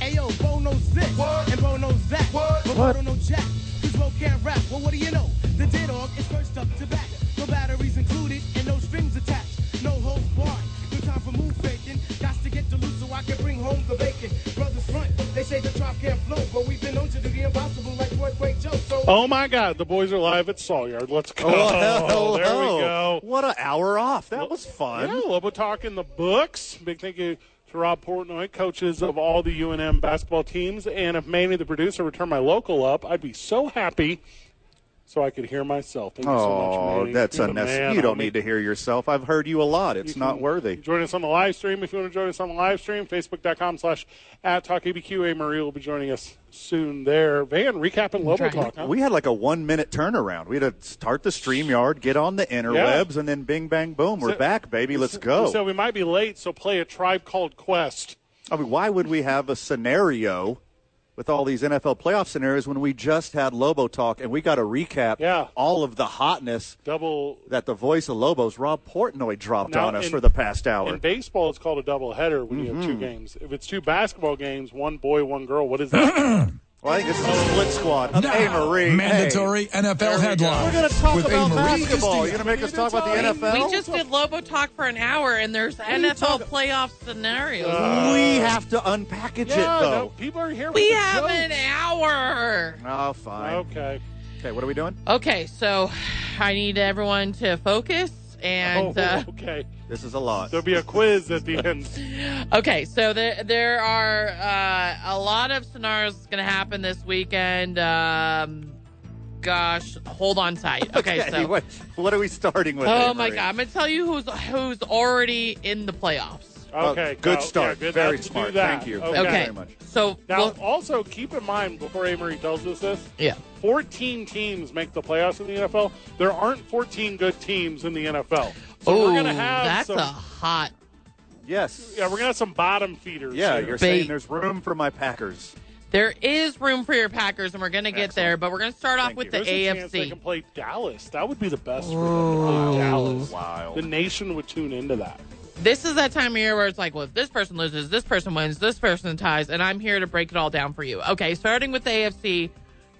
Ayo, Bono this and Bono that. What? But What? Bono no jack. Cause Bo can't rap. Well, what do you know? The dead dog is first up to bat. No batteries included and no strings attached. No holds barred. No time for move faking. Got to get dilute so I can bring home the bacon. Brothers front. They say the trap can't flow, but we've been known to do the impossible like Roy Quake Joe. So Oh my God, the boys are live at Sawyer. Let's go. Oh, hello. Oh, there we go. What an hour off. That was fun. Yeah, well, we're talking the books. Big thank you to Rob Portnoy, coaches of all the UNM basketball teams. And if Manny, the producer, would turn my local up, I'd be so happy so I could hear myself. Thank you so much, Oh, Manny. that's You're the man, unnecessary. You don't homie. need to hear yourself. I've heard you a lot. It's not worthy. Join us on the live stream. If you want to join us on the live stream, facebook.com slash at TalkABQA. Marie will be joining us soon there. Van, recapping Lobo Talk. Huh? We had like a one minute turnaround. We had to start the stream yard, get on the interwebs, and then bing, bang, boom. We're So- back, baby. Let's We said go. we might be late, so play a Tribe Called Quest. I mean, why would we have a scenario with all these NFL playoff scenarios when we just had Lobo talk and we got to recap Yeah. all of the hotness Double that the voice of Lobos, Rob Portnoy, dropped Now, on us in- for the past hour? In baseball, it's called a double header when you have Mm-hmm. two games. If it's two basketball games, one boy, one girl, what is that? Well, I think it's Oh, a split squad. of Now, hey, Marie. mandatory NFL headlines. We're going to talk with about Amory basketball. Castillo. You're going to make us talk about the NFL? Oh. We just did Lobo talk for an hour, and there's NFL playoff scenarios. Uh, we have to unpackage yeah, it, no, though. people are here. we with the have an jokes. hour. Oh, fine. Okay. Okay. what are we doing? Okay, so I need everyone to focus. And oh, uh, okay. This is a lot. There'll be a quiz at the end. okay, so there there are uh, a lot of scenarios going to happen this weekend. Um, gosh, hold on tight. Okay, Okay, so what, what are we starting with? oh Amory? my god, I'm going to tell you who's who's already in the playoffs. Okay. Oh, good go. start. Yeah, good. Very Let's do smart. that. Thank you. Okay. Thank you Okay. very much. So Now, look- also keep in mind before Amory tells us this, yeah. 14 teams make the playoffs in the NFL. There aren't 14 good teams in the NFL. So we're Ooh, gonna have that's some, a hot Yes. yeah, we're gonna have some bottom feeders. Yeah, here. you're Bait. saying there's room for my Packers. There is room for your Packers, and we're going to get there, but we're going to start off Thank with you. the There's a chance they AFC. can play Dallas. That would be the best for them to play Dallas. The Wild. nation would tune into that. This is that time of year where it's like, well, if this person loses, this person wins, this person ties, and I'm here to break it all down for you. Okay, starting with the AFC.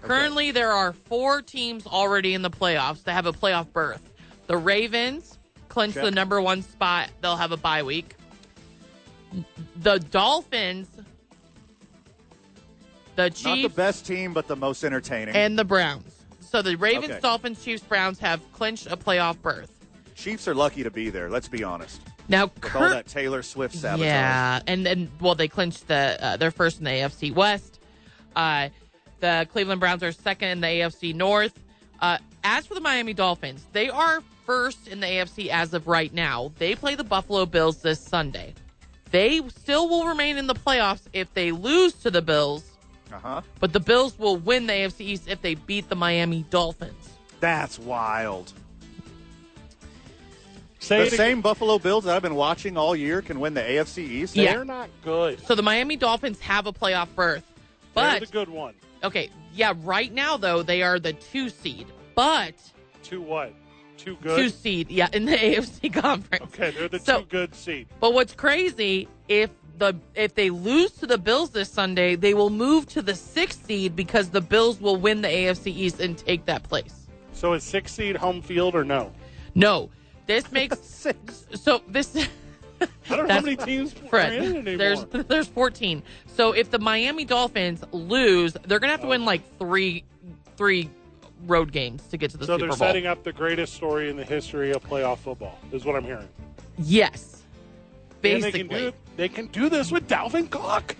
Currently, there are four teams already in the playoffs that have a playoff berth. The Ravens clinch the Check. number one spot. They'll have a bye week. The Dolphins, the Chiefs, Not the best team, but the most entertaining. and the Browns. So the Ravens, Okay. Dolphins, Chiefs, Browns have clinched a playoff berth. Chiefs are lucky to be there. Let's be honest. Now, With all cur- that Taylor Swift sabotage. yeah, and and well, they clinched the uh, they're first in the AFC West. Uh, the Cleveland Browns are second in the AFC North. Uh, as for the Miami Dolphins, they are first in the AFC as of right now. They play the Buffalo Bills this Sunday. They still will remain in the playoffs if they lose to the Bills, Uh huh. but the Bills will win the AFC East if they beat the Miami Dolphins. That's wild. Say the it same Buffalo Bills that I've been watching all year can win the AFC East. again. Yeah. They're not good. So the Miami Dolphins have a playoff berth. They're But the good one. okay, yeah, right now though they are the 2 seed. But Two what? Two 2 good. seed, yeah, in the AFC conference. Okay, they're the So- two good seed. But what's crazy if the if they lose to the Bills this Sunday, they will move to the 6 seed because the Bills will win the AFC East and take that place. So is six seed home field or no? No. This makes Six. so this I don't know how That's- many teams are in it Fred, anymore. there's there's 14. So if the Miami Dolphins lose, they're gonna have to win Oh. like three three road games to get to the so Super they're Bowl. setting up the greatest story in the history of playoff football. Is what I'm hearing. yes, And they can do basically. it- they can do this with Dalvin Cook.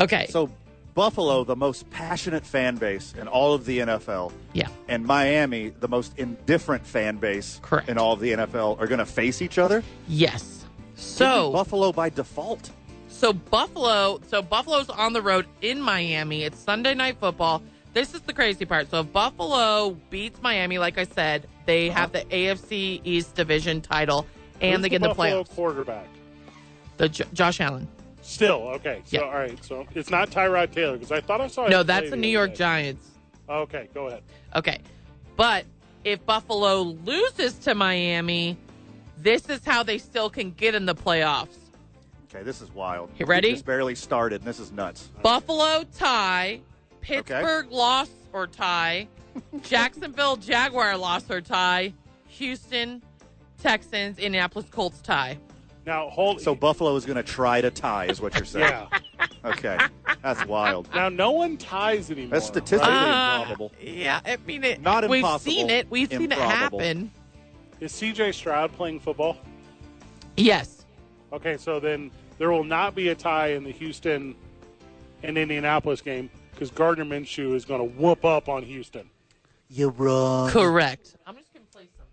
Okay, So Buffalo, the most passionate fan base in all of the NFL, yeah, and Miami, the most indifferent fan base Correct. in all of the NFL, are going to face each other. yes. So Buffalo by default. So Buffalo, so Buffalo's on the road in Miami. It's Sunday night football. This is the crazy part. So if Buffalo beats Miami, like I said, they have the AFC East division title and Uh-huh. Who's they get the the Buffalo playoffs. quarterback. The J- Josh Allen. Still okay. So Yeah. all right. So it's not Tyrod Taylor because I thought I saw. No, him play that's the New other York day. Giants. Okay, go ahead. Okay. But if Buffalo loses to Miami, this is how they still can get in the playoffs. Okay, this is wild. You ready? We just barely started, and this is nuts. Buffalo tie, Pittsburgh loss or tie, Jacksonville Jaguar loss or tie, Houston Texans, Indianapolis Colts tie. Now hold. So Buffalo is going to try to tie, is what you're saying? yeah. Okay, that's wild. Now no one ties anymore. That's statistically right? Uh, improbable. Yeah, I mean it. Not we've impossible, seen it. We've seen it improbable. happen. Is C.J. Stroud playing football? Yes. Okay, so then there will not be a tie in the Houston and Indianapolis game because Gardner Minshew is going to whoop up on Houston. You're wrong. Correct. I'm just gonna play some.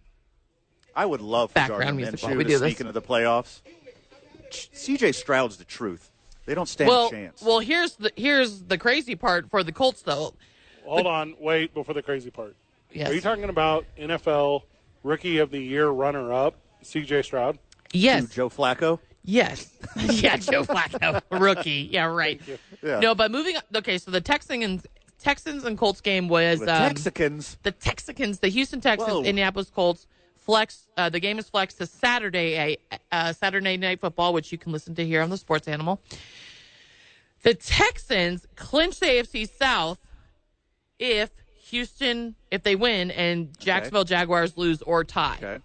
I would love for Background Gardner music while Minshew we to do sneak this. into the playoffs. CJ Stroud's the truth. They don't stand Well, a chance. well, here's the here's the crazy part for the Colts though. Hold on, wait before the crazy part. Yes. Are you talking about NFL Rookie of the Year runner-up C.J. Stroud? Yes. Who, Joe Flacco. Yes. yeah, Joe Flacco, rookie. Yeah, right. Yeah. No, but moving. Okay, so the Texans, Texans and Colts game was The um, Texicans. the Texans, the Houston Texans, Whoa. Indianapolis Colts. Flex. Uh, the game is flex to Saturday, uh, uh, Saturday Night Football, which you can listen to here on the Sports Animal. The Texans clinch the AFC South if Houston, if they win, and Jacksonville Jaguars lose or tie. Okay.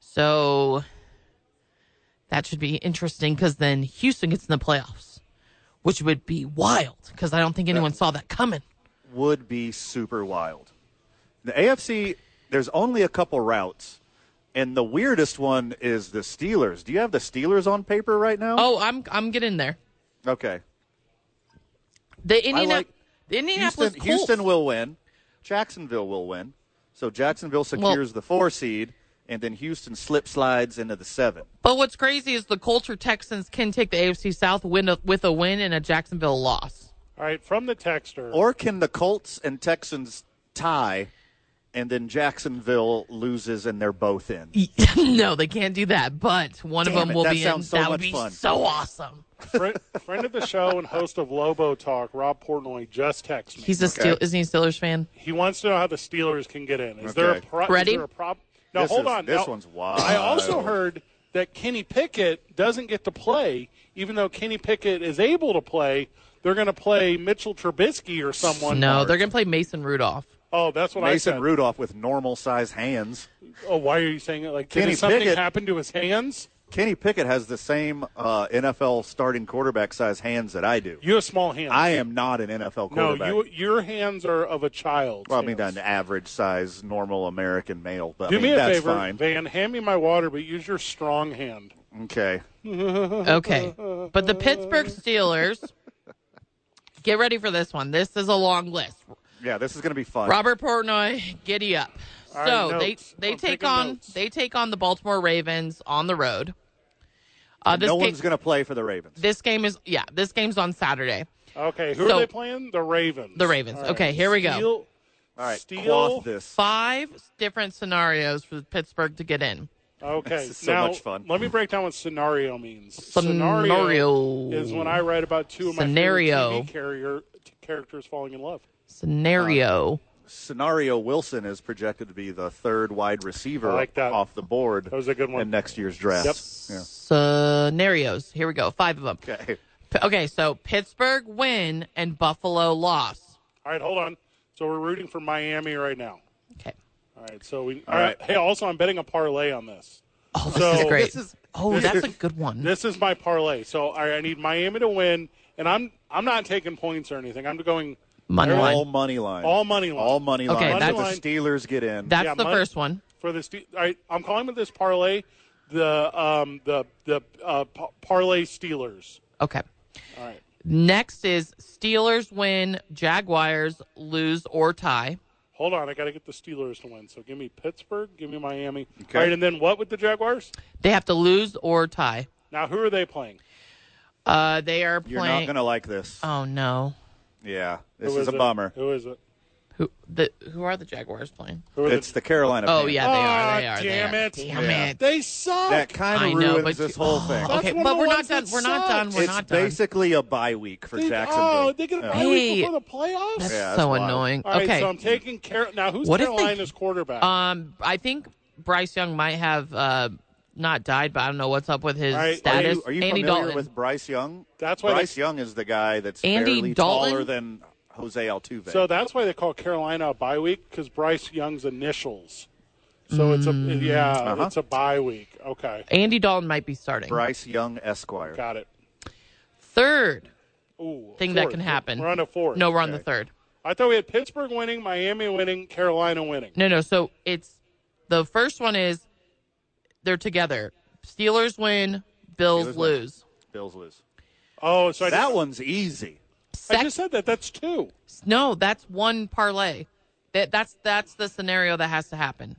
So that should be interesting because then Houston gets in the playoffs, which would be wild because I don't think anyone saw that coming. would be super wild. The AFC, there's only a couple routes, and the weirdest one is the Steelers. Do you have the Steelers on paper right now? Oh, I'm I'm getting there. okay. The Indiana, like- the Indianapolis Houston, Colts. Houston will win. Jacksonville will win. So Jacksonville secures the four seed, and then Houston slip slides into the seven. But what's crazy is the Colts or Texans can take the AFC South win with a win and a Jacksonville loss. All right, from the texter. Or can the Colts and Texans tie, and then Jacksonville loses, and they're both in? no, they can't do that. But one of Damn them it, will that be in. sounds so that much would be fun. so awesome. friend, friend of the show and host of Lobo Talk, Rob Portnoy, just texted me. He's a Steel, isn't he a Steelers fan? he wants to know how the Steelers can get in. Is there a Okay. pro- Ready? Is there a prop? Now This hold is- on. this Now, one's wild. I also heard that Kenny Pickett doesn't get to play, even though Kenny Pickett is able to play. They're going to play Mitchell Trubisky or someone. no, they're gonna play Mason Rudolph. Oh, that's what I Mason said. Rudolph with normal size hands. oh, why are you saying it like? Did Kenny something Pickett- happen to his hands? Kenny Pickett has the same uh, NFL starting quarterback size hands that I do. You have small hands. I am not an NFL no, quarterback. you, your hands are of a child. well, I mean, an average size normal American male, but Do I mean, me a that's favor, fine. Van. Hand me my water, but use your strong hand. Okay. Okay. But the Pittsburgh Steelers, get ready for this one. This is a long list. Yeah, this is going to be fun. Robert Portnoy, giddy up. All So right, they notes. they I'm take taking on notes. they take on the Baltimore Ravens on the road. Uh, this no game, one's going to play for the Ravens. this game is yeah this game's on Saturday. Okay, who So- are they playing? The Ravens. The Ravens. All right. Okay, here we go. Steal- All right, Steal. cloth this. Five different scenarios for Pittsburgh to get in. Okay, This is so now, much fun. Let me break down what scenario means. Scenario. is when I write about two of my favorite Scenario. TV carrier t- characters falling in love. Scenario. Scenario Wilson is projected to be the third wide receiver I like that. off the board That was a good one. in next year's draft. Yep. Yeah. Scenarios. Here we go. Five of them. Okay. P- Okay, so Pittsburgh win and Buffalo loss. All right, hold on. So we're rooting for Miami right now. Okay. All right, so we. All all right. right. Hey, also I'm betting a parlay on this. Oh, this So- is great. This is- oh, that's a good one. This is my parlay. So all right, I need Miami to win, and I'm I'm not taking points or anything. I'm going. Money line. All money line. All money line. All money Okay, line. that's- the Steelers get in. That's yeah, the my- first one. for this. All right, I'm calling with this parlay the um the the uh, pa- parlay Steelers. Okay. All right. Next is Steelers win, Jaguars lose or tie. Hold on, I got to get the Steelers to win. So give me Pittsburgh, give me Miami. Okay. All right, and then what with the Jaguars? They have to lose or tie. Now who are they playing? Uh, they are You're playing. not going to like this. Oh no. yeah, Who this is a it? bummer. Who is it? Who the who are the Jaguars playing? Who are It's the- the Carolina. Oh Panthers. yeah, they are. They Ah, are. damn they are. it. Damn Yeah. it. They suck. That kind I of know, ruins but this you- whole oh, thing. Okay, That's one but of the we're not ones done. that We're not done. sucks. We're it's not done. basically a bye week for They- Jacksonville. Oh, they get a Yeah. bye week Hey. before the playoffs. That's Yeah, it's so wild. annoying. All right, okay. so I'm taking Car- now. Who's What if they- Carolina's quarterback? um, I think Bryce Young might have uh not died, but I don't know what's up with his All right, are you- Are status. you, are you Andy familiar Dalton. with Bryce Young? That's why Bryce they- Young is the guy that's Andy barely Dalton? taller than Jose Altuve. so that's why they call Carolina a bye week because Bryce Young's initials. So it's a Mm. yeah, Uh-huh. it's a bye week. Okay, Andy Dalton might be starting. Bryce Young Esquire. got it. Third Ooh, thing that fourth. can happen. We're on a fourth. No, we're on the third. I thought we had Pittsburgh winning, Miami winning, Carolina winning. No, no. So it's the first one is they're together. Steelers win, Bills Steelers win. lose. Bills lose. Oh, so I That just, one's easy. Sec- I just said that. That's two. no, that's one parlay. That that's that's the scenario that has to happen.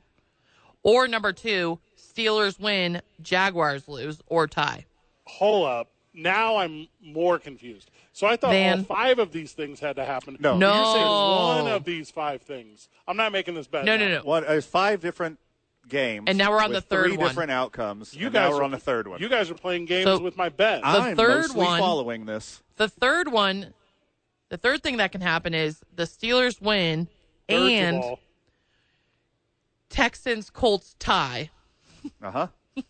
Or number two, Steelers win, Jaguars lose or tie. Hold up. Now I'm more confused. So I thought all Van. five of these things had to happen. No. No. You're saying one of these five things. I'm not making this bet. No, now. no, no. What? Uh, five different games. And now we're on with the third three one. different outcomes. You and guys now we're are- on the third one. You guys are playing games So- with my bet. the I'm third mostly one- following this. The third one, the third thing that can happen is the Steelers win Third of and all. Texans Colts tie. Uh huh.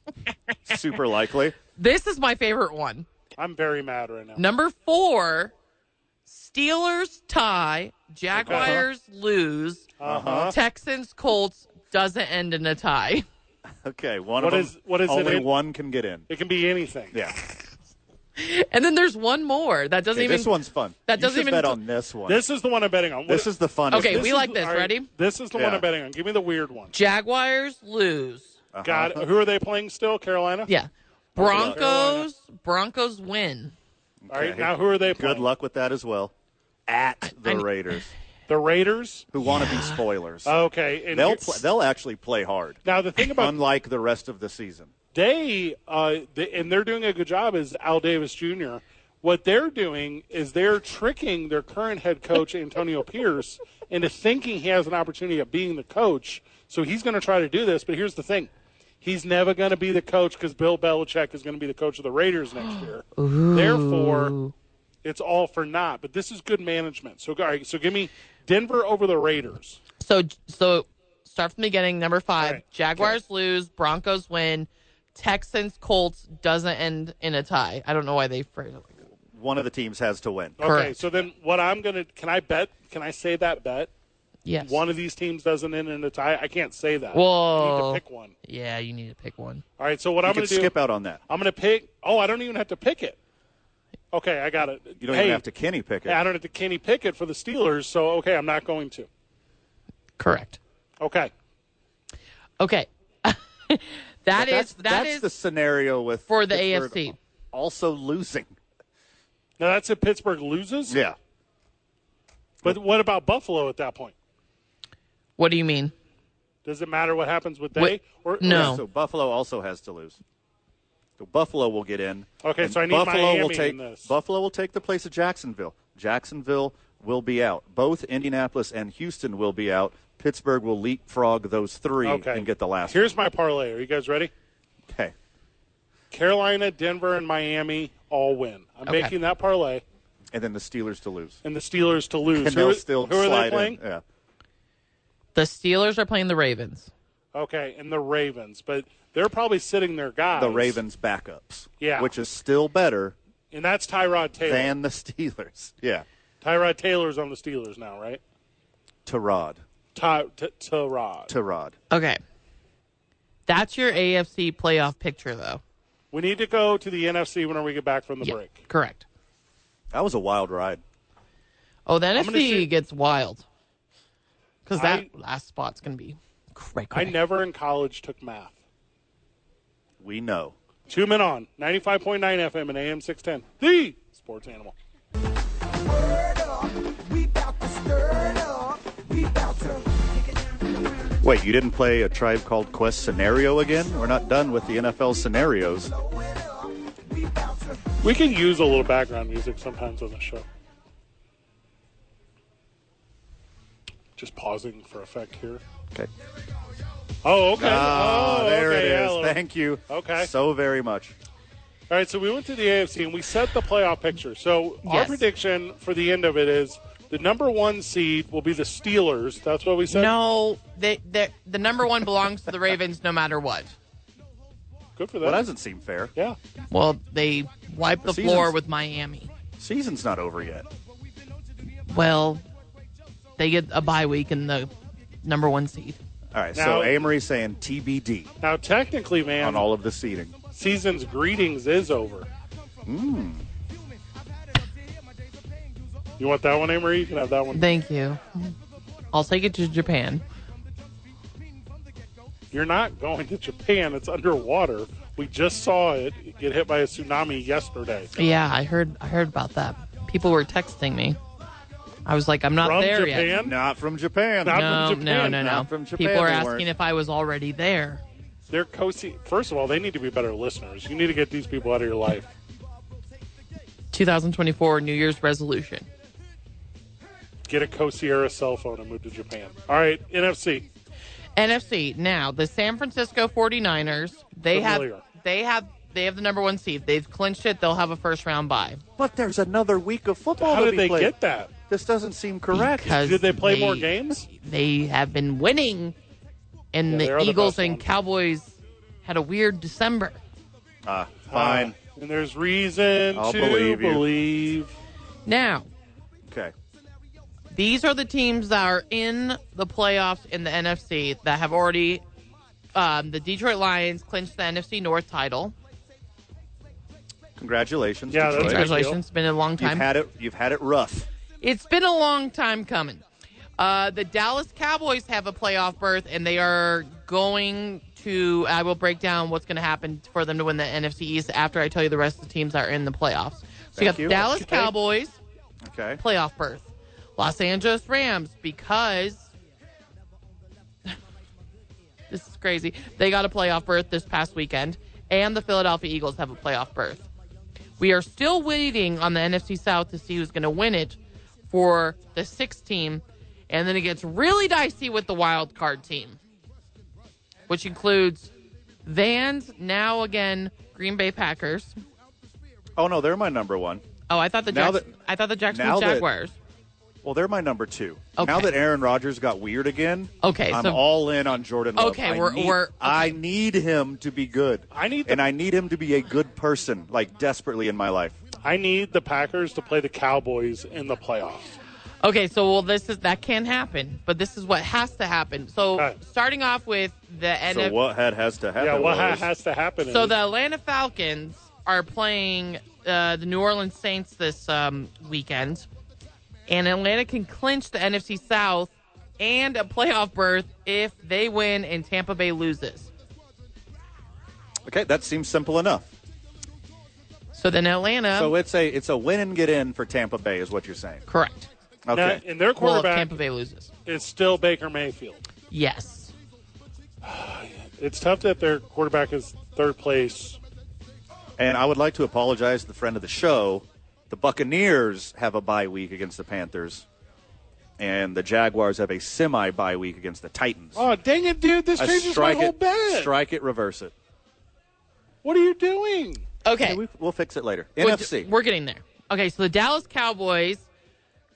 Super likely. This is my favorite one. I'm very mad right now. Number four, Steelers tie, Jaguars lose, Uh-huh. Texans Colts doesn't end in a tie. Okay, one What of is- them. what is it only in- one can get in. It can be anything. Yeah. And then there's one more that doesn't Okay, even. this one's fun. that You doesn't should even- bet on this one. This is the one I'm betting on. this is the fun. Okay, of we this. like this. all right, Ready? This is the one Yeah. I'm betting on. Give me the weird one. Jaguars lose. Uh-huh. God, who are they playing still? Carolina. Yeah. Carolina. Broncos. Broncos win. All right. Okay. Now who are they playing? Good luck with that as well. At the Raiders, The Raiders. who want to be spoilers. Okay. Oh, And they'll here- pl- they'll actually play hard, now the thing about unlike the rest of the season. they uh, th and they're doing a good job is Al Davis Jr. What they're doing is they're tricking their current head coach Antonio Pierce into thinking he has an opportunity at being the coach. So he's going to try to do this. But here's the thing: he's never going to be the coach because Bill Belichick is going to be the coach of the Raiders next year. Therefore, it's all for naught. But this is good management. So, all right, so give me Denver over the Raiders. So so start from the beginning. Number five. right. Jaguars lose. Broncos win. Texans Colts doesn't end in a tie. I don't know why they phrase it like that. One of the teams has to win. Okay, Correct. so then what I'm going to can I bet? Can I say that bet? Yes. one of these teams doesn't end in a tie. I can't say that. Whoa. I need to pick one. Yeah, you need to pick one. All right, so what You I'm going could to do? skip out on that. I'm going to pick. Oh, I don't even have to pick it. Okay, I got it. You don't Hey, even have to Kenny pick it. I don't have to Kenny Pickett for the Steelers. So okay, I'm not going to. Correct. Okay, Okay. that But that's is that that's is the scenario with for the Pittsburgh AFC. Also losing. now that's if Pittsburgh loses. Yeah. But what about Buffalo at that point? What do you mean? Does it matter what happens with they? Wait, or no. So Buffalo also has to lose. So Buffalo will get in. Okay, and so I need Buffalo will Miami take in this. Buffalo will take the place of Jacksonville. Jacksonville will be out. Both Indianapolis and Houston will be out. Pittsburgh will leapfrog those three Okay, and get the last. Here's my parlay. Are you guys ready? okay. Carolina, Denver, and Miami all win. I'm Okay. making that parlay, and then the Steelers to lose. and the Steelers to lose. And who they'll are, still who are slide they playing? in. Yeah. The Steelers are playing the Ravens. Okay, and the Ravens, but they're probably sitting their guys. The Ravens backups. Yeah. Which is still better and that's Tyrod Taylor. than the Steelers. Yeah. Tyrod Taylor's on the Steelers now, right? Tyrod. Ty, t- Tyrod. Tyrod. Okay. That's your AFC playoff picture though. we need to go to the NFC whenever we get back from the Yeah, break. Correct. That was a wild ride. Oh, the gonna NFC shoot- gets wild. Cuz that I- last spot's going to be cray I cray. never in college took math. We know. Two men on 95.9 FM and AM 610. The sports animal. Word up, we bout to stir it up. We bout to Wait, you didn't play a Tribe Called Quest scenario again? We're not done with the NFL scenarios. Oh, We can use a little background music sometimes on the show. Just pausing for effect here. Okay. Oh, okay. Ah, oh, there okay, it yeah, is. a little- Thank you. Okay. So very much. All right, so we went to the AFC and we set the playoff picture. So our Yes. prediction for the end of it is the number one seed will be the Steelers. That's what we said. No, they, they, the number one belongs to the Ravens no matter what. Good for Well, them. that doesn't seem fair. yeah. Well, they wiped the, The floor season's- with Miami. Season's not over yet. Well, they get a bye week in the number one seed. All right. Now- so Amory's saying TBD Now, technically, man, on all of the seating. season's greetings is over. Hmm. You want that one, Amory? You can have that one. Thank you. I'll take it to Japan. You're not going to Japan. It's underwater. We just saw it get hit by a tsunami yesterday. Yeah, I heard. I heard about that. People were texting me. I was like, I'm not From there yet. Japan? Not from Japan. Not- No, from no, Japan. no, no, Not from Japan, People are they asking weren't. if I was already there. They're co First of all, they need to be better listeners. You need to get these people out of your life. 2024 New Year's resolution. Get a co Sierra cell phone and move to Japan. All right, NFC. NFC. Now, the San Francisco 49ers, they Familiar. have they have they have the number 1 seed. They've clinched it. They'll have a first round bye. But there's another week of football How to did be they played. get that? This doesn't seem correct. Because Did they play more games? They have been winning and Yeah, they are the the Eagles best and one. Cowboys had a weird December. Ah, fine. Uh, and there's reason I'll to believe you. believe. Now, Ah. okay. these are the teams that are in the playoffs in the NFC that have already um, the Detroit Lions clinched the NFC North title. Congratulations. Yeah, that's Detroit. good. Congratulations, it's been a long You've time. had it. You've had it rough. It's been a long time coming. Uh, the Dallas Cowboys have a playoff berth, and they are going to. I will break down what's going to happen for them to win the NFC East after I tell you the rest of the teams that are in the playoffs. So you Thank got the you. Dallas Cowboys Okay. playoff berth, Los Angeles Rams because this is crazy. They got a playoff berth this past weekend, and the Philadelphia Eagles have a playoff berth. We are still waiting on the NFC South to see who's going to win it for the sixth team, and then it gets really dicey with the wild card team, which includes Vans now again Green Bay Packers. Oh no, they're my number one. Oh, I thought the Now Jacks- that- I thought the Jacksonville now that- Jaguars. Well, they're my number two. Okay. Now that Aaron Rodgers got weird again, Okay, I'm so- all in on Jordan Love. Okay, I we're- need, we're- okay. I need him to be good. I need the- and I need him to be a good person, like desperately in my life. I need the Packers to play the Cowboys in the playoffs. Okay, so well, this is that can happen, but this is what has to happen. So Okay. starting off with the end so what had has to happen? Yeah, what ha- was- has to happen? so is- the Atlanta Falcons are playing uh, the New Orleans Saints this um, weekend, and Atlanta can clinch the NFC South and a playoff berth if they win and Tampa Bay loses. Okay, that seems simple enough. So then Atlanta, So it's a it's a win and get in for Tampa Bay, is what you're saying. correct? Now, Okay. and their Well, if quarterback Tampa Bay loses, is still Baker Mayfield. yes. It's tough that their quarterback is third place. And I would like to apologize to the friend of the show. The Buccaneers have a bye week against the Panthers, and the Jaguars have a semi bye week against the Titans. Oh, dang it, dude! This A changes my strike whole it, bet. strike it, reverse it. What are you doing? Okay, we, will fix it later. We're- NFC. We're getting there. Okay, so the Dallas Cowboys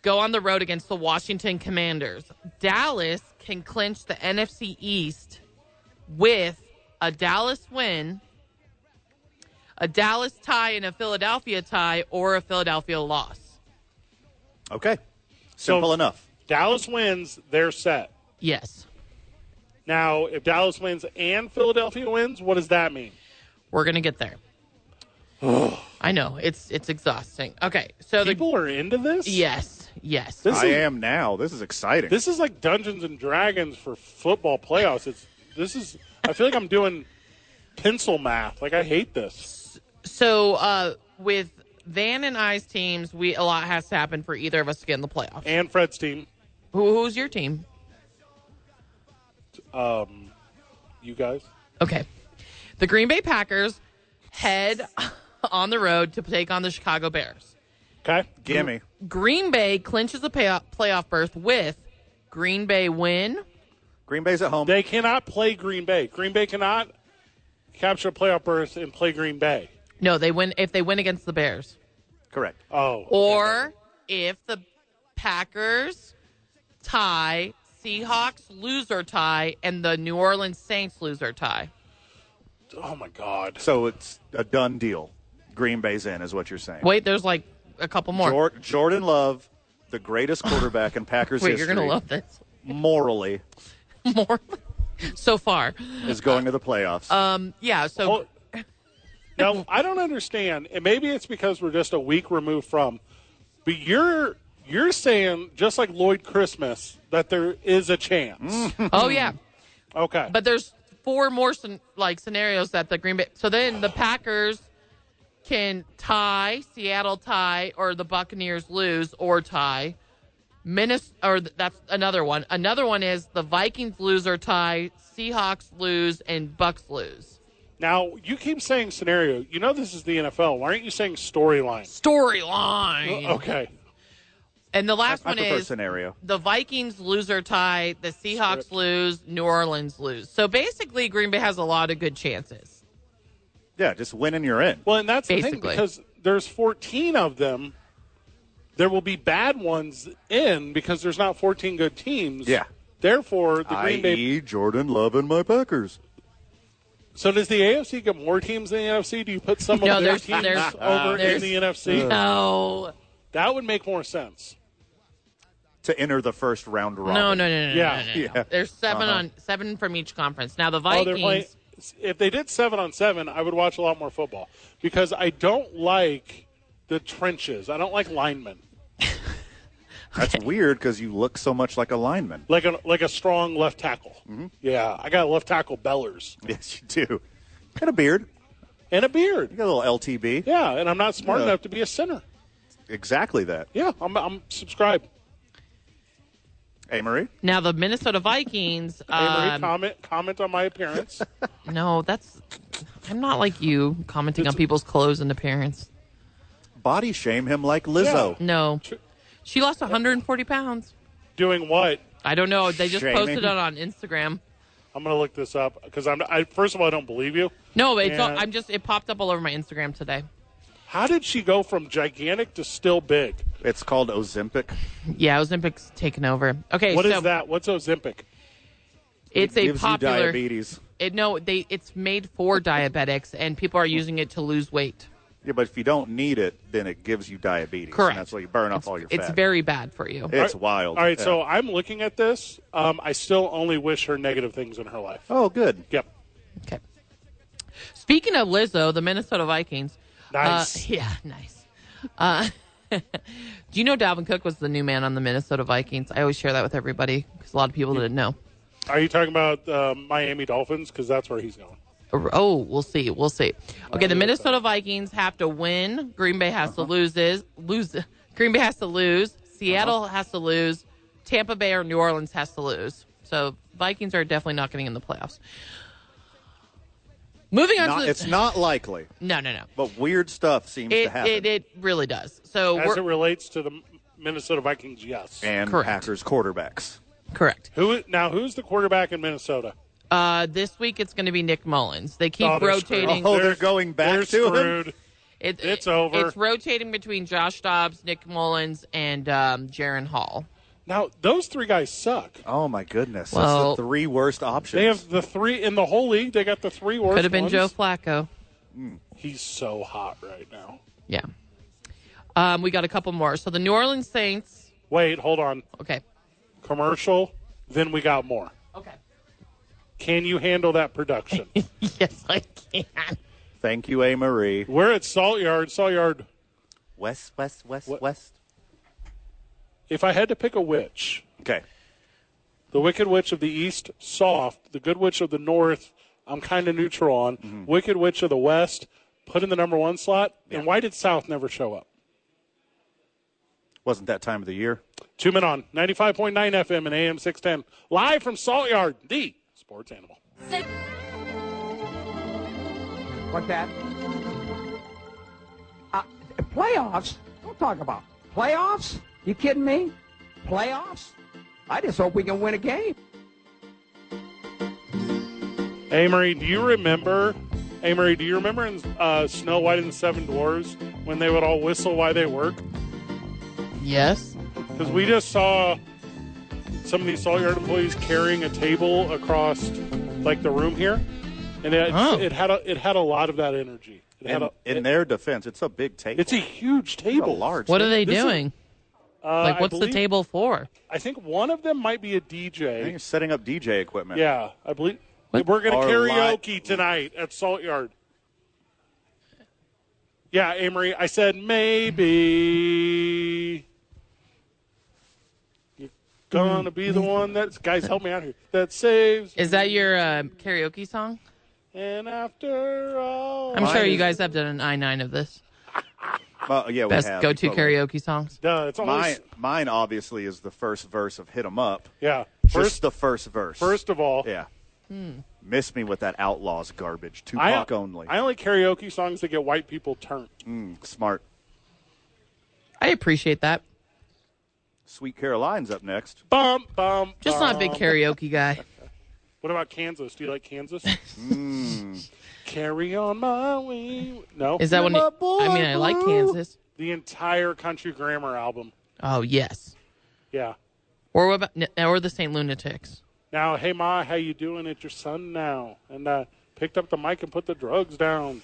go on the road against the Washington Commanders. Dallas can clinch the NFC East with a Dallas win, a Dallas tie, and a Philadelphia tie, or a Philadelphia loss. okay. Simple So- enough. Dallas wins, they're set. Yes, Now, if Dallas wins and Philadelphia wins, what does that mean? we're gonna get there. I know it's it's exhausting. Okay, so the People are into this. yes, yes. This I is am now. This is exciting. this is like Dungeons and Dragons for football playoffs. It's this is. I feel like I'm doing pencil math. Like I hate this. So uh, with Van and I's teams, we a lot has to happen for either of us to get in the playoffs. And Fred's team. Who, who's your team? Um, you guys? Okay. The Green Bay Packers head on the road to take on the Chicago Bears. Okay. Gimme. Green Bay clinches a payoff, playoff berth with Green Bay win. Green Bay's at home. They cannot play Green Bay. Green Bay cannot capture a playoff berth and play Green Bay. No, they win if they win against the Bears. Correct. Oh. Or if the Packers tie, Seahawks loser tie, and the New Orleans Saints loser tie. Oh my God. So it's a done deal. Green Bay's in, is what you're saying. Wait, there's like a couple more. Jor- Jordan Love, the greatest quarterback in Packers Wait, history, you're gonna love this morally more so far. is going to the playoffs. Um, yeah. So Well, now I don't understand, and maybe it's because we're just a week removed from. But you're you're saying just like Lloyd Christmas that there is a chance. oh yeah, Okay, but there's four more scen- like scenarios that the Green Bay. So then the Packers can tie, Seattle tie, or the Buccaneers lose or tie. Minnesota, or th- that's another one. Another one is the Vikings lose or tie, Seahawks lose, and Bucks lose. now you keep saying scenario. You know this is the NFL. Why aren't you saying storyline? Storyline. Okay, And the last I one prefer is scenario. the Vikings lose or tie, the Seahawks lose, New Orleans lose. So basically, Green Bay has a lot of good chances. Yeah, just winning, you're in. well, and that's the Basically. thing because there's 14 of them. There will be bad ones in because there's not 14 good teams. Yeah. Therefore, the Green Bay I.e., E, Jordan Love and my Packers. So does the AFC get more teams than the NFC? Do you put some No, of their there's- teams there's- uh, over there's- in the NFC? No, That would make more sense. to enter the first round robin. no, no, no, no, Yeah. no, no, no. Yeah. Uh-huh. There's 7 on seven from each conference. Now the Oh, they're playing- Vikings. if they did seven on seven, I would watch a lot more football because I don't like the trenches. I don't like linemen, That's weird because you look so much like a lineman. like a like a strong left tackle. Yeah, I got left tackle bellers Yes, you do. Got a beard. and a beard. You got a little LTB. Yeah, and I'm not smart Yeah. enough to be a center. Exactly that. Yeah, I'm, I'm subscribed. Hey, Marie. now the Minnesota Vikings. Hey, Marie, um, comment comment on my appearance. no, that's. I'm not like you commenting on It's- people's clothes and appearance. Body shame him like Lizzo. No, Tr- she lost 140 pounds. Doing what? I don't know. They just Shaming. posted it on Instagram. I'm gonna look this up because I'm. I, first of all, I don't believe you. No, it's all, Yeah. I'm just. It popped up all over my Instagram today. How did she go from gigantic to still big? It's called Ozempic. Yeah, Ozempic's taken over. Okay, What is so that? What's Ozempic? it's it a gives popular. you diabetes. It, no, they it's made for diabetics, and people are using it to lose weight. Yeah, but if you don't need it, then it gives you diabetes. Correct. And that's why you burn off It's- all your It's fat. very bad for you. it's wild. All right, Yeah. so I'm looking at this. Um, I still only wish her negative things in her life. Oh, good. Yep. Okay. Speaking of Lizzo, the Minnesota Vikings. Nice. Uh, yeah, nice. Uh, do you know Dalvin Cook was the new man on the Minnesota Vikings? I always share that with everybody because a lot of people didn't know. Are you talking about uh, Miami Dolphins? Because that's where he's going. Oh, we'll see. We'll see. Okay, the Minnesota Vikings have to win. Green Bay has Uh-huh. to lose. Is lose. Green Bay has to lose. Uh-huh. Seattle has to lose. Tampa Bay or New Orleans has to lose. So Vikings are definitely not getting in the playoffs. Moving on Not, to the, it's not likely, no, no, no. but weird stuff seems to It, happen. it it really does. So As it we're relates to the Minnesota Vikings, yes. and correct. Packers quarterbacks. correct. Who now? Who's the quarterback in Minnesota? Uh, this week it's going to be Nick Mullins. They keep Oh, they're screwed. rotating. Oh, they're going back they're to him? screwed. It- It's over. It's rotating between Josh Dobbs, Nick Mullins, and um, Jaron Hall. Now those three guys suck. Oh my goodness! Well- That's the three worst options. They have the three in the whole league. They got the three worst. Could have been ones. Joe Flacco. He's so hot right now. Yeah. Um, we got a couple more. So the New Orleans Saints. Wait, hold on. Okay. commercial, then we got more. Okay. Can you handle that production? Yes, I can. Thank you, A. Marie. We're at Salt Yard. Salt Yard, West, west, west, What? west. if I had to pick a witch, Okay. the Wicked Witch of the East, soft, the Good Witch of the North, I'm kind of neutral on. Wicked Witch of the West, put in the number one slot. And why did South never show up? Wasn't that time of the year? Two men on 95.9 FM and AM 610, live from Salt Yard, the sports animal. What's that? Uh, playoffs? Don't talk about playoffs. You kidding me? Playoffs? I just hope we can win a game. Amory, do you remember? Amory, do you remember in uh, Snow White and the Seven Dwarfs when they would all whistle while they work? Yes. Because we just saw some of these salt yard employees carrying a table across like the room here, and it, Oh. it had a, it had a lot of that energy. It had In, a, in it- their defense, it's a big table. it's a huge It's table. a large. What are table. they This is- doing? Uh, like, I what's the believe- table for? I think one of them might be a I think DJ. it's setting up DJ equipment. Yeah, I believe What? we're going Or to live- karaoke tonight at Salt Yard. Yeah, Amory, I said maybe you're gonna be the one that's guys help me out here that saves. Is that your uh, karaoke song? And after all, I'm Mine sure you is- guys have done an I nine of this. Well, yeah, we Best have, go to but karaoke songs. Duh, it's Mine, always mine obviously is the first verse of "Hit 'Em Up." yeah. Just First, the first verse. first of all, Yeah. Hmm. Miss me with that outlaws garbage. I Tupac only. I only karaoke songs that get white people turned. Mm, smart. I appreciate that. Sweet Caroline's up next. Bum bum. Just bum. not a big karaoke guy. What about Kansas? Do you like Kansas? Carry on my way. No. Is that You're one? my I boy, mean, I like blue. Kansas. The entire Country Grammar album. Oh yes. Yeah. Or what about? n- Or the Saint Lunatics. Now, hey ma, how you doing? It's your son now, and uh, picked up the mic and put the drugs down.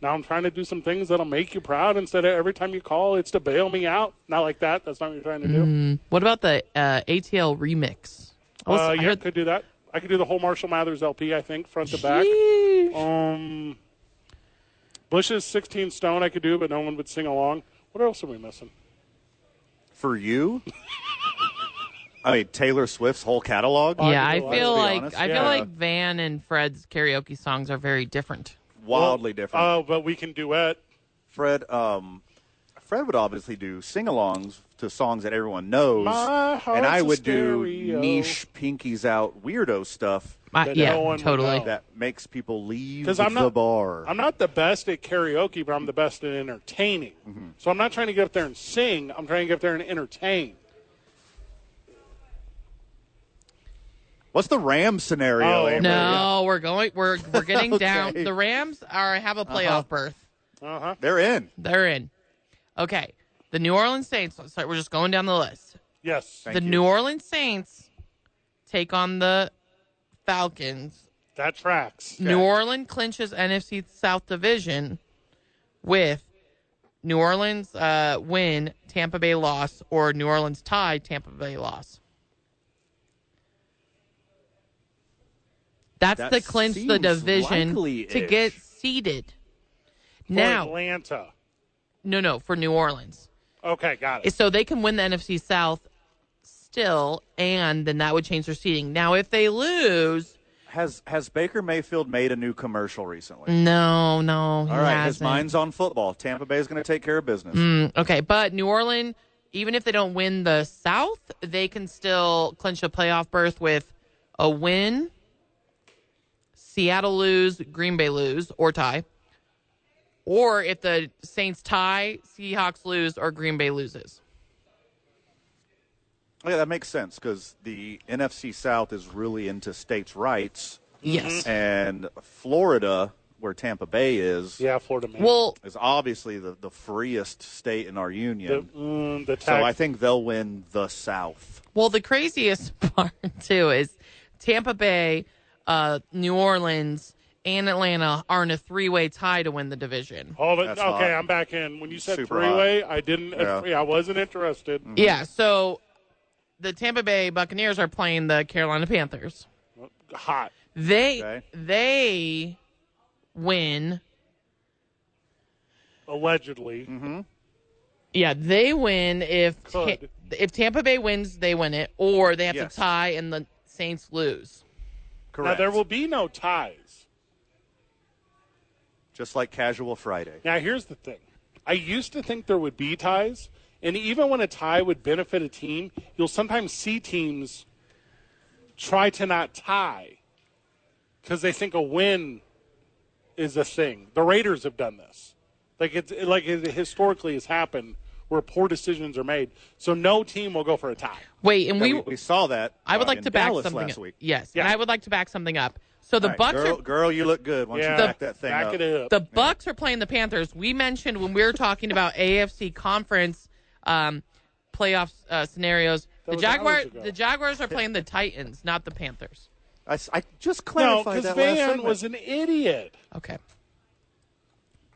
Now I'm trying to do some things that'll make you proud. Instead of every time you call, it's to bail me out. Not like that. That's not what you're trying to Mm. do. What about the uh, ATL remix? I was- uh, I yeah, heard- could do that. I could do the whole Marshall Mathers LP. I think front to back. Sheesh. Um, Bush's 16 Stone I could do, but no one would sing along. What else are we missing? For you? I mean, Taylor Swift's whole catalog? yeah, I Let's be feel like honest, I yeah. feel like Van and Fred's karaoke songs are very different. Wildly different. Oh, but we can duet. Fred, um, Fred would obviously do sing-alongs to songs that everyone knows, My heart's and I a would do stereo. niche pinkies out weirdo stuff I- That Uh, yeah, no one would totally. know. that makes people leave Because I'm the not bar. I'm not the best at karaoke, but I'm the best at entertaining. Mm-hmm. So I'm not trying to get up there and sing. I'm trying to get up there and entertain. What's the Ram scenario? Oh, Amber? No, we're going. We're we're getting down. Okay. The Rams are have Uh-huh. a playoff berth. Uh huh. they're in. They're in. Okay, the New Orleans Saints. Let's start. We're just going down the list. Yes. Thank the you. New Orleans Saints take on the Falcons. That tracks. New Orleans clinches NFC South division with New Orleans uh, win, Tampa Bay loss, or New Orleans tie, Tampa Bay loss. That's That the clinch the seems division to likely-ish. get seeded. For Now, Atlanta. no, no, for New Orleans. Okay, got it. So they can win the NFC South still, and then that would change their seeding. Now, if they lose, Has Has Baker Mayfield made a new commercial recently? no, no, Mm, he All right, his hasn't. Mm. mind's on football. Tampa Bay's going to take care of business. Okay, but New Orleans, even if they don't win the South, they can still clinch a playoff berth with a win, Seattle lose, Green Bay lose, or tie. Or if the Saints tie, Seahawks lose, or Green Bay loses. Yeah, that makes sense because the NFC South is really into states' rights, Yes. Mm-hmm. and Florida, where Tampa Bay is, Yeah, Florida man. Well, is obviously the, the freest state in our the, union. mm, the tax. so I think they'll win the South. well, the craziest part too is Tampa Bay, uh, New Orleans, and Atlanta are in a three-way tie to win the division. All of it. That's okay, hot. I'm back in. When you said Super hot. three-way, I didn't. Yeah. I wasn't interested. Yeah, so the Tampa Bay Buccaneers are playing the Carolina Panthers. Hot. They Okay. they win. Allegedly. Mm-hmm. Yeah, they win if Ta- Could. if Tampa Bay wins, they win it, or they have Yes. to tie and the Saints lose. Now Correct. there will be no ties. Just like Casual Friday. Now, here's the thing. I used to think there would be ties, and even when a tie would benefit a team, you'll sometimes see teams try to not tie because they think a win is a thing. The Raiders have done this. Like it's like it historically has happened where poor decisions are made. So no team will go for a tie. Wait, and We, we, we saw that. I would uh, like in to back Dallas something last up. week. Yes, Yeah. and I would like to back something up. So All the right, Bucks girl, are girl, you look good. Why don't Yeah, you back that thing back up? it up. the Bucks are playing the Panthers. We mentioned when we were talking about AFC conference um, playoff uh, scenarios. The was hours Jaguar, ago. the Jaguars are playing the Titans, not the Panthers. I, s- I just no, clarified because that last Van segment. was an idiot. Okay.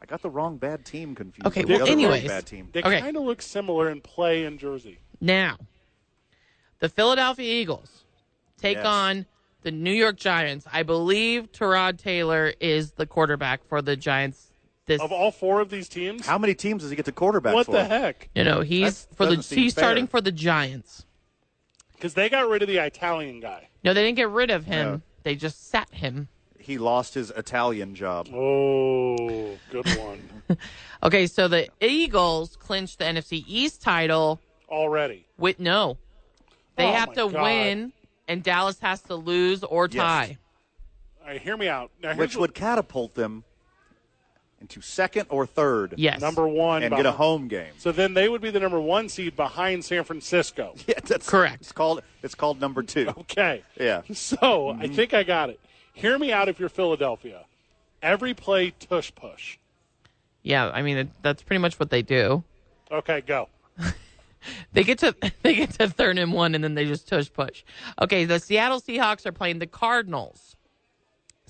I got the wrong bad team confused. Okay, with the well, other wrong anyways. bad team. They Okay. kind of look similar in play in Jersey. Now, the Philadelphia Eagles take Yes. on the New York Giants. I believe Terod Taylor is the quarterback for the Giants. This Of all four of these teams, How many teams does he get to quarterback what for? the heck? no, no, he's That for the doesn't seem he's fair. starting for the Giants. Because they got rid of the Italian guy. No, they didn't get rid of him. They just sat him. He lost his Italian job. Oh, good one Okay, so the Eagles clinched the NFC East title already. with no. They Oh have my to God. win and Dallas has to lose or Yes. tie. All right, hear me out. Now, here's which would catapult them into second or third Yes. number one and get a behind- home game. So then they would be the number one seed behind San Francisco. yeah, that's Correct. It's called it's called number two. Okay. Yeah. So Mm-hmm. I think I got it. Hear me out if you're Philadelphia. Every play, tush push. Yeah, I mean it- that's pretty much what they do. Okay, go. They get to they get to third and one, and then they just tush push. Okay, the Seattle Seahawks are playing the Cardinals.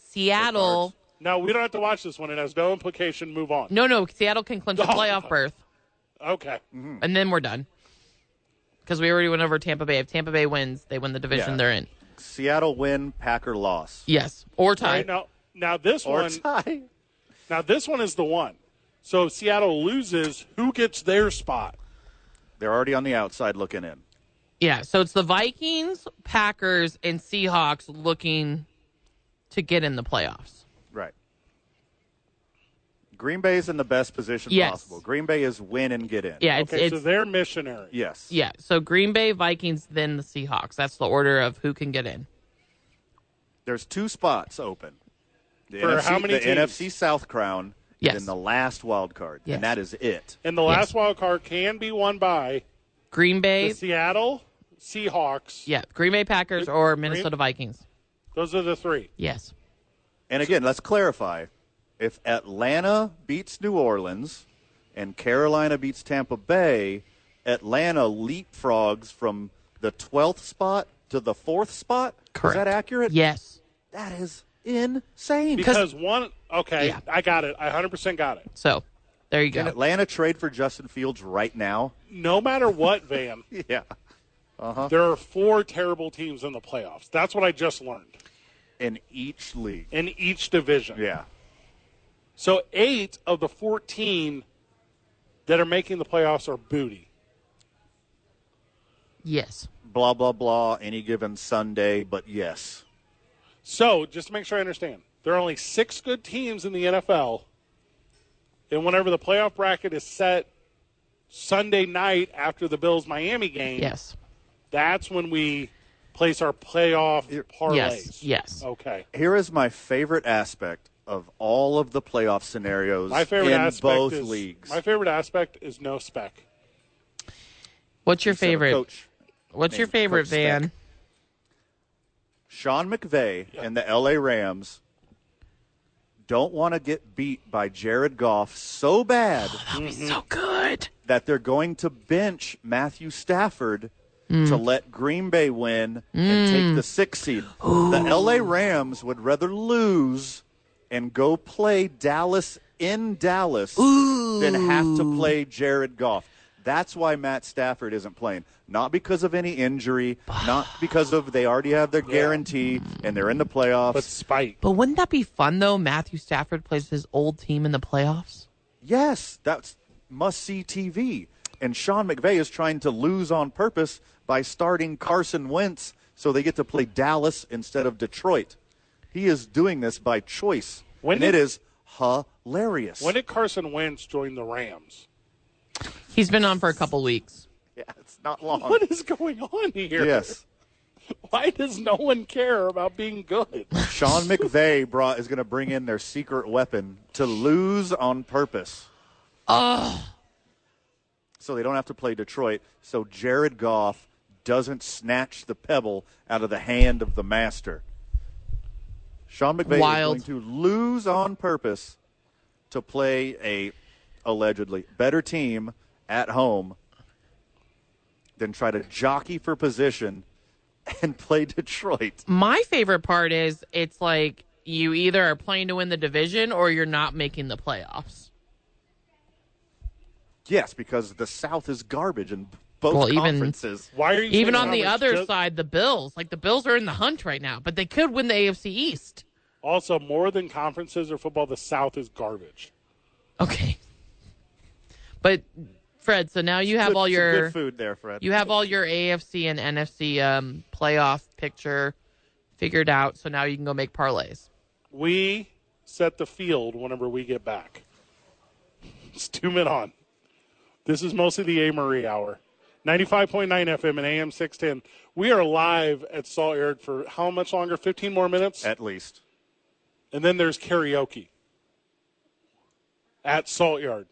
Seattle, Now we don't have to watch this one. It has no implication. Move on. no, no, Seattle can clinch a Oh. playoff berth, Okay. and then we're done because we already went over Tampa Bay. If Tampa Bay wins, they win the division Yeah. they're in. Seattle win, Packer loss. Yes, or All tie. right, now, now this Or one. tie. Now this one is the one. So if Seattle loses, who gets their spot? They're already on the outside looking in. Yeah, so it's the Vikings, Packers, and Seahawks looking to get in the playoffs. Right. Green Bay is in the best position Yes. possible. Green Bay is win and get in. Yeah, it's, Okay, so it's they're missionary. Yes. yeah. So Green Bay, Vikings, then the Seahawks. That's the order of who can get in. There's two spots open. The For NFC, how many The teams? NFC South crown Yes. and then the last wild card, Yes. and that is it. And the last wild card can be won by Green Bay, the Seattle Seahawks. Yeah, Green Bay Packers or Minnesota Vikings. Those are the three. Yes. And again, let's clarify: if Atlanta beats New Orleans and Carolina beats Tampa Bay, Atlanta leapfrogs from the twelfth spot to the fourth spot. Correct. Is that accurate? Yes. That is insane. Because one, okay, Yeah. I got it. I 100% got it. So, there you Can go. Atlanta trade for Justin Fields right now? No matter what, Van, Yeah. there are four terrible teams in the playoffs. That's what I just learned In each league. in each division. Yeah. So eight of the 14 that are making the playoffs are booty. Yes. Blah blah blah. Any given Sunday, but yes. So just to make sure I understand, there are only six good teams in the NFL. And whenever the playoff bracket is set Sunday night after the Bills Miami game, Yes. that's when we place our playoff parlays. Yes. Yes. Okay. Here is my favorite aspect of all of the playoff scenarios My favorite in aspect both is, leagues. My favorite aspect is no spec. What's your Instead of favorite? coach What's your named favorite, Coach Speck. Van? Sean McVay and the LA Rams don't want to get beat by Jared Goff so bad He's so good. that they're going to bench Matthew Stafford to let Green Bay win and take the sixth seed. The LA Rams would rather lose and go play Dallas in Dallas than have to play Jared Goff. That's why Matt Stafford isn't playing. Not because of any injury, not because of they already have their guarantee and they're in the playoffs. But spite. But wouldn't that be fun though? Matthew Stafford plays his old team in the playoffs. Yes, that's must see TV. And Sean McVay is trying to lose on purpose by starting Carson Wentz so they get to play Dallas instead of Detroit. He is doing this by choice. When and did- it is hilarious. When did Carson Wentz join the Rams? He's been on for a couple weeks. yeah, it's not long. What is going on here? yes. Why does no one care about being good? Sean McVay brought is going to bring in their secret weapon to lose on purpose. So they don't have to play Detroit. So Jared Goff doesn't snatch the pebble out of the hand of the master. Sean McVay Wild. is going to lose on purpose to play a allegedly better team at home than try to jockey for position and play Detroit. My favorite part is it's like you either are playing to win the division or you're not making the playoffs. Yes, because the South is garbage in both Well, even- conferences. Why are you Even saying on the Roberts other just- side, the Bills. Like the Bills are in the hunt right now, but they could win the AFC East. Also, more than conferences or football, the South is garbage. Okay. But Fred, so now you have Good- all some your good food there, Fred. you have all your AFC and NFC um, playoff picture figured out. So now you can go make parlays. We set the field whenever we get back. It's two men on. This is mostly the A. Marie hour. 95.9 FM and AM 610. We are live at Salt Air for how much longer? 15 more minutes? at least. And then there's karaoke at Salt Yard.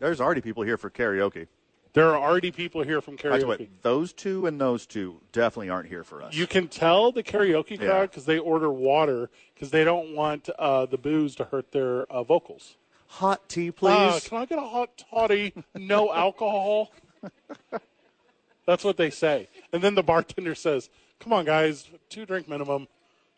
There's already people here for karaoke. There are already people here from That's karaoke. what those two and those two definitely aren't here for us. You can tell the karaoke Yeah. crowd because they order water because they don't want uh, the booze to hurt their uh, vocals. Hot tea, Uh, please. can I get a hot toddy, no alcohol? That's what they say. And then the bartender says, "Come on, guys, two drink minimum."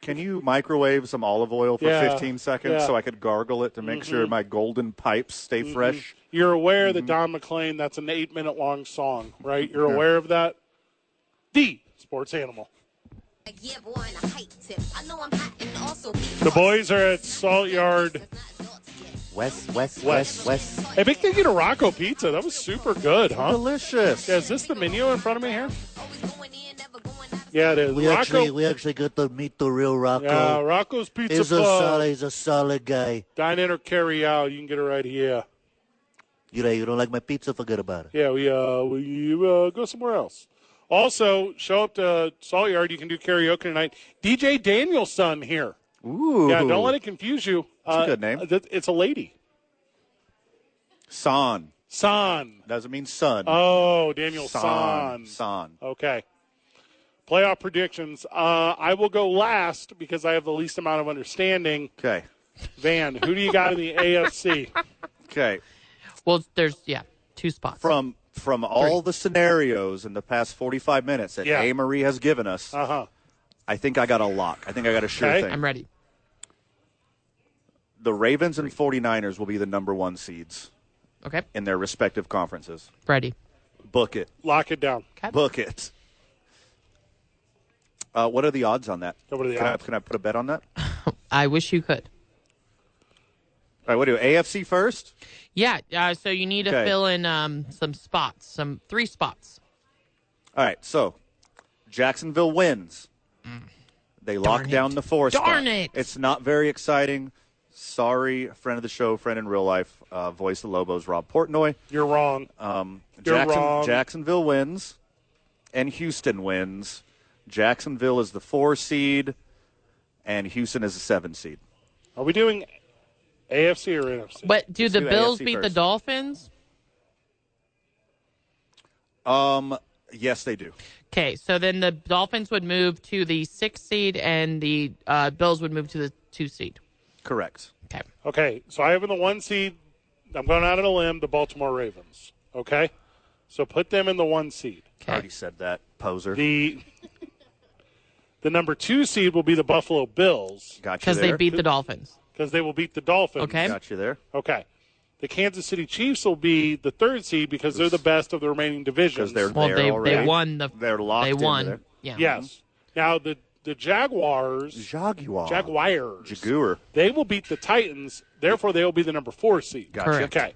can you microwave some olive oil for Yeah, 15 seconds yeah. Mm-hmm. so I could gargle it to make sure my golden pipes stay fresh? You're aware that Don McLean, that's an eight minute long song, right? You're aware of that? The sports animal. I give one a height tip. I know I'm hot and also heat. The boys are at Salt Yard. West, west, west, west. Hey, big thank you to Rocco Pizza. That was super good, huh? Delicious. Yeah, is this the menu in front of me here? Always going in, never going out. Yeah, it is. We Rocco, actually, we actually got to meet the real Rocco. yeah, Rocco's Pizza he's a solid, Pub. he's a solid guy. Dine in or carry out. You can get it right here. You know, you don't like my pizza, forget about it. Yeah, we uh, we uh, go somewhere else. Also, show up to Salt Yard. You can do karaoke tonight. DJ Danielson here. Ooh. Yeah, don't let it confuse you. Uh, a good name. th- It's a lady. San San. doesn't mean sun. Oh, Daniel San. San. San. Okay. Playoff predictions. Uh, I will go last because I have the least amount of understanding. Okay. Van, who do you got in the AFC? Okay. Well, there's yeah, two spots. From from all the scenarios in the past 45 minutes that Yeah. A. Marie has given us, Uh huh. I think I got a lock. I think I got a sure Okay. thing. I'm ready. the Ravens and 49ers will be the number one seeds Okay, in their respective conferences. ready. Book it. Lock it down. Book it. Uh, what are the odds on that? What are the can, odds? I, can I put a bet on that? All I wish you could. right, what do AFC first? Yeah. Uh, so you need to Okay. fill in um, some spots, some three spots. All right, so Jacksonville wins. They lock Mm. Darn down it. the four spot. Darn it. It's not very exciting. Sorry, friend of the show, friend in real life, uh, voice of Lobos, Rob Portnoy. You're wrong. Um, You're Jackson, wrong. Jacksonville wins, and Houston wins. Jacksonville is the four seed, and Houston is the seven seed. Are we doing AFC or NFC? But do the do Bills AFC beat the first. Dolphins? Yes, they do. Okay, so then the Dolphins would move to the six seed, and the uh, Bills would move to the two seed. Correct. Okay. Okay, so I have in the one seed. I'm going out on a limb. The Baltimore Ravens. Okay, so put them in the one seed. Already said that, poser. The the number two seed will be the Buffalo Bills got you Because there. they beat the Dolphins. because they will beat the Dolphins. Okay. Got you there. Okay. The Kansas City Chiefs will be the third seed because they're the best of the remaining divisions. Because they're Well, there they already. they won the They're locked They into won. there. Yeah. yes. Now the the Jaguars, Jaguar. Jaguars, Jaguar. they will beat the Titans. Therefore, they will be the number four seed. Gotcha. Correct. Okay.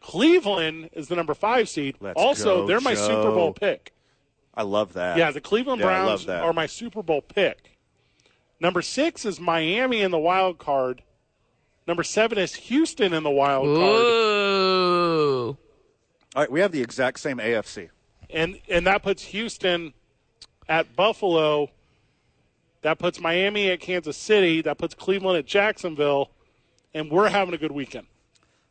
Cleveland is the number five seed. Let's also, go, they're my Joe. Super Bowl pick. I love that. Yeah, the Cleveland Yeah, I Browns love that. are my Super Bowl pick. Number six is Miami in the wild card. Number seven is Houston in the wild card. Ooh. All right, we have the exact same AFC. And and that puts Houston at Buffalo. That puts Miami at Kansas City. That puts Cleveland at Jacksonville. And we're having a good weekend.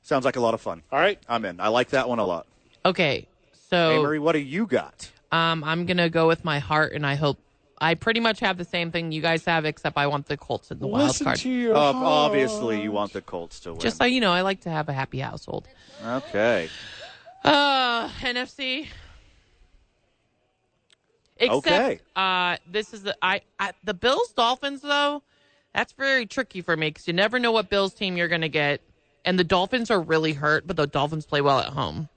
Sounds like a lot of fun. All right. I'm in. I like that one a lot. Okay, Hey, so Murray, what do you got? um, I'm gonna go with my heart, and I hope I pretty much have the same thing you guys have, except I want the Colts in the wild Listen card. to your Uh, heart. obviously, you want the Colts to win. Just so you know, I like to have a happy household. okay. Uh, NFC. Except, Okay. uh, this is the I, I the Bills Dolphins though. That's very tricky for me because you never know what Bills team you're gonna get, and the Dolphins are really hurt, but the Dolphins play well at home.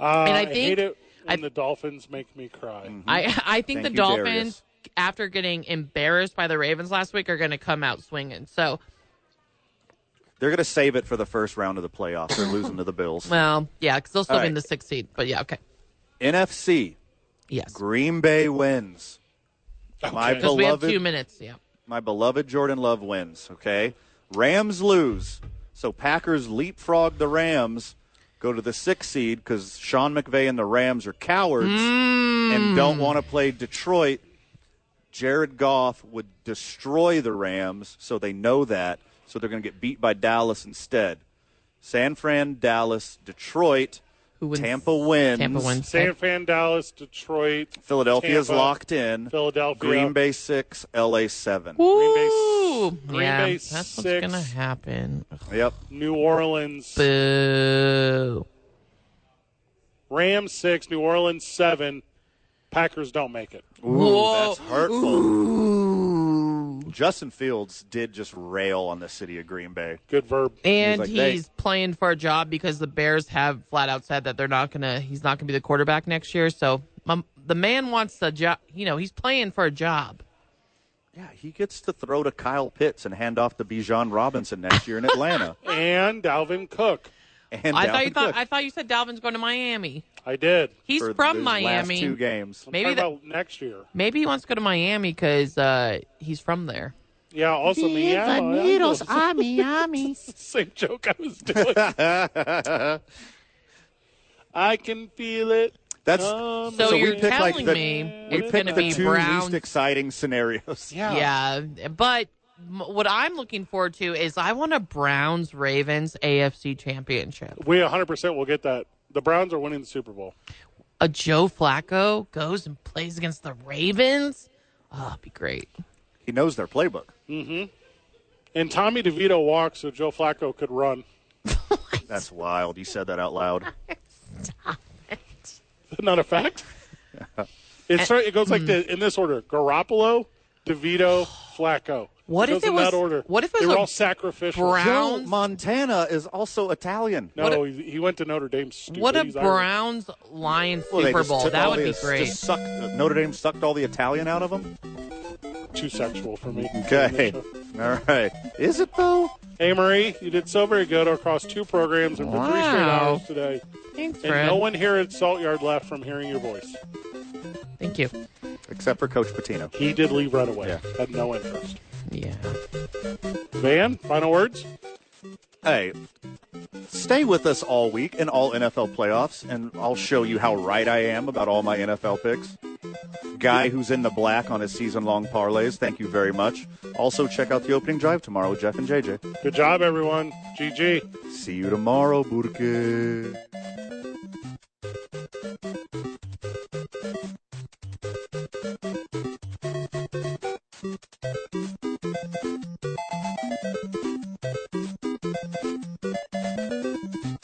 Uh, and I I, think- hate it when I- the Dolphins make me cry. I I think Mm. Thank the you, Dolphins, Darius. after getting embarrassed by the Ravens last week, are gonna come out swinging. So, They're going to save it for the first round of the playoffs. They're losing to the Bills. well, yeah, because they'll still All be in the right. sixth seed. But yeah, okay, NFC, yes, Green Bay wins. My Okay. because we have beloved two minutes. Yeah, my beloved Jordan Love wins, okay? Rams lose. So Packers leapfrog the Rams, go to the sixth seed because Sean McVay and the Rams are cowards and don't want to play Detroit. Jared Goff would destroy the Rams, so they know that. So they're going to get beat by Dallas instead. San Fran, Dallas, Detroit. who wins? Tampa wins. Tampa wins. San Fran, Dallas, Detroit, Philadelphia's Tampa, locked in. Philadelphia, Green Bay 6, LA 7. Green Bay, Ooh, Green yeah, Bay that's what's six. gonna happen. Yep. New Orleans, Boo. Rams six, New Orleans seven. Packers don't make it. Ooh, that's hurtful. Justin Fields did just rail on the city of Green Bay. Good verb. And like, he's, they- playing for a job because the Bears have flat out said that they're not gonna. He's not gonna be the quarterback next year. So um, the man wants a job. You know, he's playing for a job. Yeah, he gets to throw to Kyle Pitts and hand off to Bijan Robinson next year in Atlanta. And Dalvin Cook. And I thought you Dalvin thought. Cook I thought you said Dalvin's going to Miami. I did. He's for from his Miami. Last two games. I'm Maybe talking that- about next year. Maybe he wants to go to Miami because uh, he's from there. Yeah. Also, ah, Miami. I Same joke I was doing. I can feel it. That's Um, So, we you're picked, like, telling the- me we it's going picked to the be two Browns least exciting scenarios. Yeah, but m- what I'm looking forward to is I want a Browns Ravens AFC championship. We 100% will get that. The Browns are winning the Super Bowl. A Joe Flacco goes and plays against the Ravens. Oh, it'd be great. He knows their playbook. And Tommy DeVito walks so Joe Flacco could run. That's wild. You said that out loud. Not a fact. It start, it goes like Hmm. this in this order: Garoppolo, DeVito, Flacco. What it if goes it in was- that order? what if it they was were a all sacrificial? Brown- Joe Browns? Montana is also Italian. no, he, he went to Notre Dame. Stupid. What a He's Irish. Browns Lions Well, they Super just Bowl. took That all would be the- great. Just sucked, uh, Notre Dame sucked all the Italian out of them. Too sexual for me. Okay. All right. Is it though? Hey Marie, you did so very good across two programs and for three straight Wow. hours today, Thanks, and Fred. no one here at Salt Yard left from hearing your voice. Thank you. Except for Coach Patino. He did leave right away. Yeah. Had no interest. Yeah. Van, final words. Hey, stay with us all week in all NFL playoffs, and I'll show you how right I am about all my NFL picks. Guy who's in the black on his season long parlays, thank you very much. Also, check out the opening drive tomorrow with Jeff and JJ. Good job, everyone. GG. See you tomorrow, Burke.